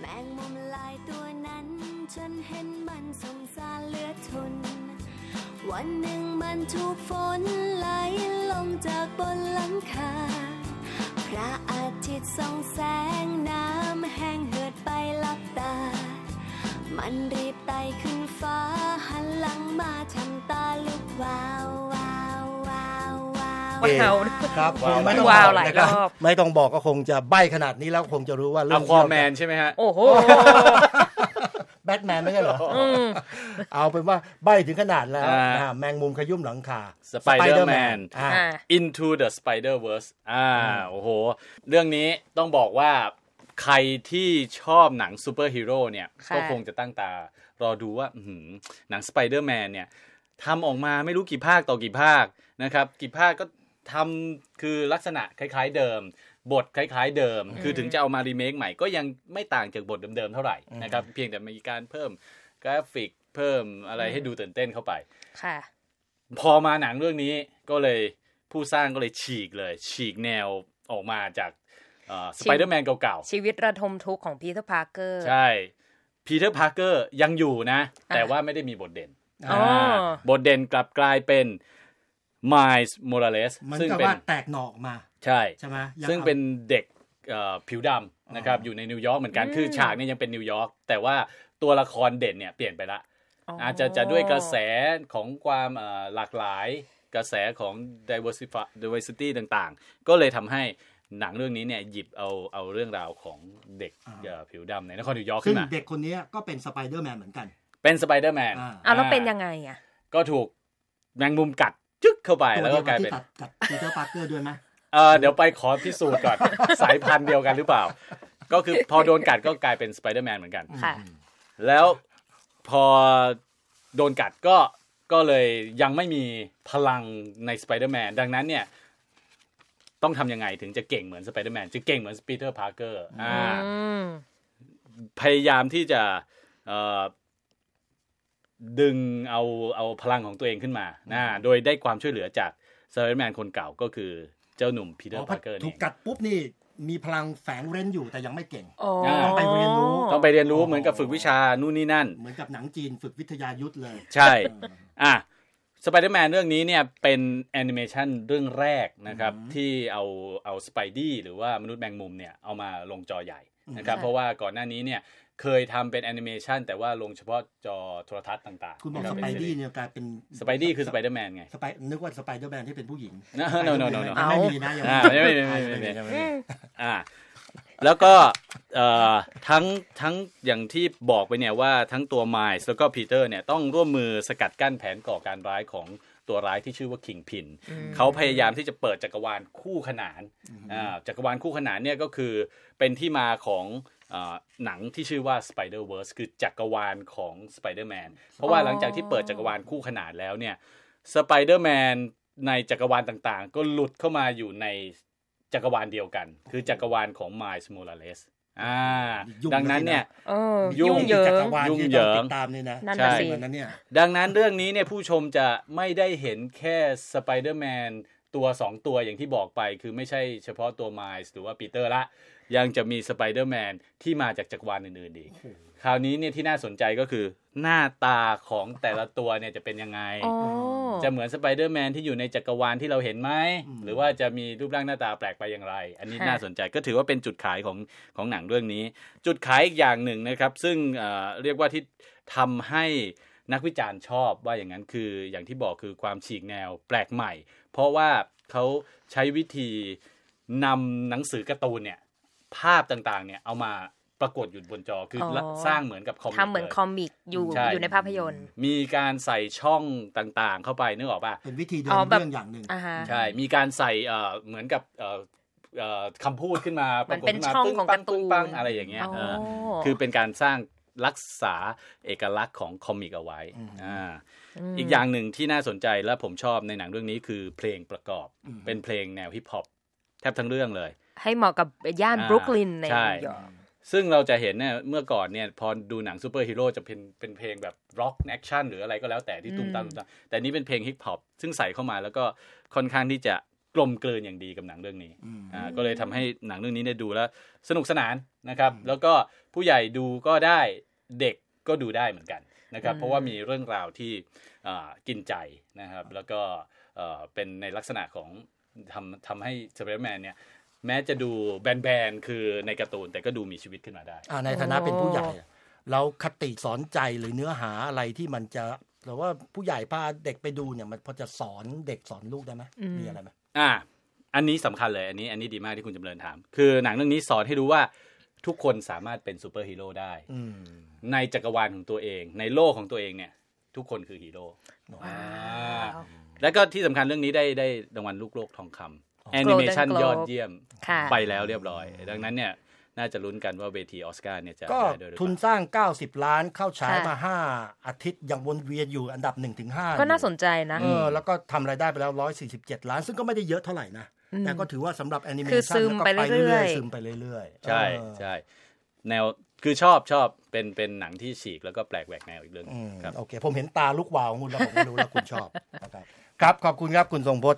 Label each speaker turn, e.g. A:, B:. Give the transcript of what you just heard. A: แมงมุมลายตัวนั้น ฉันเห็นมันสงสารเหลือดทน วันหนึ่งมันถูกฝนไหลลงจากบนหลังคา พระอาทิตย์ส่องแสงน้ำแห้งเหือดไปลับตา มันรีบไต่ขึ้นฟ้า หันหลังมาทำตาลุกวาววาววาววาว
B: เอ๊ะ
A: วาว
B: ครับ
C: ว้าว
B: ไม่ต้อง
D: ว้าว
B: บอก
D: หลาย
B: นะครับ
D: รอบ
B: ไม่ต้องบอกก็คงจะใบ้ขนาดนี้แล้วคงจะรู้ว่าเรื่
C: อะ
B: อง
C: ควาแมน
B: เกี่ยวก
C: ใช่ไหมฮะ
D: โอ้โห
B: ับแบทแมนไม่ใช่เหรอ
D: อืม
B: เอาเป็นว่าใบ้ถึงขนาดแล้ว
C: อ่า
B: อ่าแมงมุมขยุ่มหลังคา
C: Spider-Man
B: Spider-Man อ่า
D: อ่า
C: Into the Spider Verse อ่าโอ้โห เรื่องนี้ต้องบอกว่าใครที่ชอบหนังซูเปอร์ฮีโร่เนี่ย
D: ค่ะ
C: ก็คงจะตั้งตา รอดูว่าอื้อหือหนังสไปเดอร์แมนเนี่ยทำออกมาไม่รู้กี่ภาคต่อกี่ภาคนะครับ กี่ภาคก็ทำคือลักษณะคล้าย ๆเดิม บทคล้าย ๆ เดิม คือถึงจะเอามารีเมคใหม่ก็ยังไม่ต่างจากบทเดิมๆเท่าไหร่นะครับเพียงแต่มีการเพิ่มกราฟิกเพิ่มอะไรให้ดูตื่นเต้นเข้าไป
D: ค่ะ
C: พอมาหนังเรื่องนี้ก็เลยผู้สร้างก็เลยฉีกเลย ฉีกแนวออกมาจากส
D: ฉีก
C: ไปเดอร์แมนเก่า
D: ชีวิตระทมทุกข์ของพีเตอร์พาร์เกอร์
C: ๆ ใช่พีเตอร์พาร์เกอร์ยังอยู่นะ แต่ว่าไม่ได้มีบทเด่น
D: อ๋ออ่
C: าบทเด่นกลับกลายเป็นม l ส์โมราเลส
B: มัน
C: ซึ่ง
B: กับ
C: เป็น
B: ว่าแตกหนอออกมา
C: ใช่
B: ใช่ไหมยัง
C: ซึ่ง
B: เอา
C: เป็นเด็กเอ่อผิวดำนะครับอยู่ในนิวยอร์กเหมือนกันคือฉากเนี่ยยังเป็นนิวยอร์กแต่ว่าตัวละครเด่นเนี่ยเปลี่ยนไปละ อาจจะจะด้วยกระแสของความเอ่อหลากหลายกระแสของ diversify diversity ต่างๆ ก็เลยทำให้หนังเรื่องนี้เนี่ยหยิบเอาเอาเรื่องราวของเด็กเอ่อผิวดำในนครนิวยอร์ก
B: ซึ่
C: ขึ้
B: ง
C: นมา
B: เด็กคนนี้ก็เป็นสไปเดอร์แมนเหมือนกัน
C: เป็นสไปเดอร์แมน
B: อ่า
D: เอาแล้วเป็นยังไงอ่ะ
C: ก็ถูกแมงมุมกัดจึ๊กเข้าไป
B: ตัว
C: แล้ว
B: เดี
C: ก็
B: ยว
C: ก
B: กั
C: ลา
B: บ
C: ย
B: ที่
C: เป็น
B: ตัดกับปีเตอร์ปาร์เกอร์ด้วยไหม
C: เออเดี๋ยวไปขอพิสูจน์ก่อน สายพันธุ์เดียวกันหรือเปล่า ก็คือพอโดนกัดก็กลายเป็นสไปเดอร์แมนเหมือนกัน
D: ค่ะ
C: แล้วพอโดนกัดก็ก็เลยยังไม่มีพลังในสไปเดอร์แมนดังนั้นเนี่ย ต้องทำยังไงถึงจะเก่งเหมือนสไปเดอร์แมนจะเก่งเหมือนปีเตอร์พาร์เกอร์อ่า
D: อืม
C: พยายามที่จะเอ่อดึงเอาเอาพลังของตัวเองขึ้นมานะโดยได้ความช่วยเหลือจากสไปเดอร์แมนคนเก่าก็คือเจ้าหนุ่มพีเตอร์พาร์เกอร์
B: ถู
C: เนี่
B: ก
C: ย
B: กัดปุ๊บนี่มีพลังแฝงเร้นอยู่แต่ยังไม่เก่ง
D: อ๋อ
B: ต้องไปเรียนรู้
C: ต้องไปเรียนรู้เหมือนกับฝึกวิชานู่นนี่นั่น
B: เหมือนกับหนังจีนฝึกวิทยายุทธเลย
C: ใช่ อ่ะสไปเดอร์แมนเรื่องนี้เนี่ยเป็นแอนิเมชันเรื่องแรกนะครับที่เอาเอาสไปดี้หรือว่ามนุษย์แมงมุมเนี่ยเอามาลงจอใหญ่นะครับ
D: ค่ะ
C: เพราะว่าก่อนหน้านี้เนี่ยเคยทำเป็นแอนิเมชันแต่ว่าลงเฉพาะจอโทรทัศน์ต่างๆ
B: คุณบอก
C: นะ
B: ส
C: รับ
B: ไป
C: เป็นซี
B: ดี้
C: รีส์
B: เนี่ยกลายเป็น
C: สไปดี้คือสไปเดอร์แมนไง
B: สไปนึกว่าสไปเดอร์แมนที่เป็นผู้หญิง
C: No, no, no, no, no, no.
B: ไม่มีนะยัง
C: อ่าไม่ไม่ไม่ไม่ไม่
B: ยัง
D: อืม
C: อ่าแล้วก็เอ่อทั้งทั้งอย่างที่บอกไปเนี่ยว่าทั้งตัวไมล์แล้วก็พีเตอร์เนี่ยต้องร่วมมือสกัดกั้นแผนก่อการร้ายของตัวร้ายที่ชื่อว่าคิงพินเขาพยายามที่จะเปิดจักรวาลคู่ขนานอ่าจักรวาลคู่ขนานเนี่ยก็คือเป็นที่มาของเอ่อหนังที่ชื่อว่า Spider-Verse คือจักรวาลของ Spider-Man เพราะว่าหลังจากที่เปิดจักรวาลคู่ขนานแล้วเนี่ย สไปเดอร์แมนในจักรวาลต่างๆ ก็หลุดเข้ามาอยู่ในจักรวาลเดียวกัน คือจักรวาลของไมล์ส o มล a เลสอ่า ดังนั้นเนี่ย
D: เออ
C: ยุ่
D: ยุ่
C: ง
D: งเหยิ
B: จั
D: ง
B: กรวาลที่ต้องติดตามนี่นะ
D: นั่น
C: น่ะสิ
B: เหมือนนั้นเนี่ย
C: ดังนั้นเรื่องนี้เนี่ยผู้ชมจะไม่ได้เห็นแค่สไปเดอร์แมนตัว 2 ตัวอย่างที่บอกไป คือไม่ใช่เฉพาะตัวไมล์หรือว่าปีเตอร์ละ ยังจะมีสไปเดอร์แมนที่มาจากจักรวาลอื่นๆอีก คราวนี้เนี่ยที่น่าสนใจก็คือหน้าตาของแต่ละตัวเนี่ยจะเป็นยังไง
D: อ๋อ
C: จะเหมือนสไปเดอร์แมนที่อยู่ในจักรวาลที่เราเห็นไหม
B: อืม
C: หรือว่าจะมีรูปร่างหน้าตาแปลกไปอย่างไร อันนี้
D: ค่ะ
C: น่าสนใจก็ถือว่าเป็นจุดขายของของหนังเรื่องนี้ จุดขายอีกอย่างหนึ่งนะครับ ซึ่งเอ่อเรียกว่าที่ทำให้นักวิจารณ์ชอบว่าอย่างนั้นคืออย่างที่บอกคือความฉีกแนวแปลกใหม่ เพราะว่าเขาใช้วิธีนำหนังสือการ์ตูนเนี่ยภาพต่างๆเนี่ยเอามาปรากฏอยู่บนจอคืออ
D: อ
C: สร้างเหมือนกับคอมิก
D: ทำเหมือน
C: ลย
D: คอมิกอยู่
C: ใช่
D: อยู่ในภาพยนตร์
C: มีการใส่ช่องต่างๆ เข้าไปนึกออกป่ะ
B: เป็นวิธีเดิน
D: อ๋อแบบ
B: เรื่องอย่างหนึ่ง
D: อ่าฮะ
C: ใช่ มีการใส่เอ่อเหมือนกับเอ่อเอ่อคำพูดขึ้นมา
D: มันเป็น
C: ปรากฏขึ้มา
D: ช่อง
C: ปึ้
D: ของ
C: ปั
D: การ์ตูน
C: ปึ้งปังอะไรอย่างเงี้ย
D: อ๋อ
C: เออคือเป็นการสร้างรักษาเอกลักษณ์ของคอมิกเอาไว้อ่าอีกอย่างหนึ่งที่น่าสนใจและผมชอบในหนังเรื่องนี้คือเพลงประกอบ เป็นเพลงแนวฮิปฮอปแทบทั้งเรื่องเลย
D: ให้เหมาะกับย่าน
C: อ่า
D: บรุกลินใน
C: ใช่
D: นิวยอร์ก
C: ซึ่งเราจะเห็นเนี่ยเมื่อก่อนเนี่ยพอดูหนังซูเปอร์ฮีโร่จะเป็นเป็นเพลงแบบร็อกแอคชั่นหรืออะไรก็แล้วแต่ที่ตุ้มตามตุ้มตามแต่อันนี้เป็นเพลงฮิปฮอปซึ่งใส่เข้ามาแล้วก็ค่อนข้างที่จะ กลมกลืนอย่างดีกับหนังเรื่องนี้
B: อืม
C: อ่าก็เลยทำให้หนังเรื่องนี้เนี่ยดูแล้วสนุกสนานนะครับ แล้วก็ผู้ใหญ่ดูก็ได้เด็กก็ดูได้เหมือนกันนะครับ
D: อืม
C: เพราะว่ามีเรื่องราวที่อ่ากินใจนะครับ แล้วก็เอ่อเป็นในลักษณะของทำทำให้สไปเดอร์แมนเนี่ยแม้จะดูแบนๆคือในการ์ตูนแต่ก็ดูมีชีวิตขึ้นมาได้
B: อ่าในฐานะเป็นผู้ใหญ่อะแล้วคติสอนใจหรือเนื้อหาอะไรที่มันจะแต่ว่าผู้ใหญ่พาเด็กไปดูเนี่ยมันพอจะสอนเด็กสอนลูกได้ไหม
D: อืม
B: มีอะไรไหม
C: อ่ะอันนี้สำคัญเลยอันนี้อันนี้ดีมากที่คุณจำเริญถาม คือหนังเรื่องนี้สอนให้รู้ว่าทุกคนสามารถเป็นซูเปอร์ฮีโร่ได้
B: อืม
C: ในจักรวาลของตัวเอง ในโลกของตัวเองเนี่ย ทุกคนคือฮีโร่
D: ว้าว
C: แล้วก็ที่สำคัญเรื่องนี้ได้ได้รางวัลลูกโลกทองคำแอนิเมชัน
D: Golden Globe
C: ยอดเยี่ยม
D: ค่ะ
C: ไปแล้วเรียบร้อย ดังนั้นเนี่ยน่าจะลุ้นกันว่าเวทีออสการ์เนี่ยจะ
B: ก็
C: ได้ด้วยหรือเป
B: ทุน
C: ล่า
B: สร้าง 90 ล้านเข้าฉาย
D: ค่ะ
B: มา 5 อาทิตย์ยังวนเวียนอยู่อันดับ 1-5ถึงห้า
D: ก็น่าสนใจนะ
B: เออแล้วก็ทำรายได้ไปแล้ว 147 ล้าน ซึ่งก็ไม่ได้เยอะเท่าไหร่นะ
D: อืม
B: แต่ก็ถือว่าสำหรับแอนิเมชัน
D: คือซึม
B: แล้วก็
D: ไปเรื่อยๆ
B: ซึมไปเรื่อยๆ
C: ใช่
B: เออ
C: ใช่แนวคือชอบชอบเป็นเป็นหนังที่ฉีกแล้วก็แปลกแหวกแนวอีกเรื่องหนึ่
B: อื
C: ง
B: ม
C: ครับ
B: โอเค ผมเห็นตาลูกวาวของคุณแล้วผมก็รู้แล้วคุณชอบนะครับครับ ขอบคุณครับคุณทรงพจน์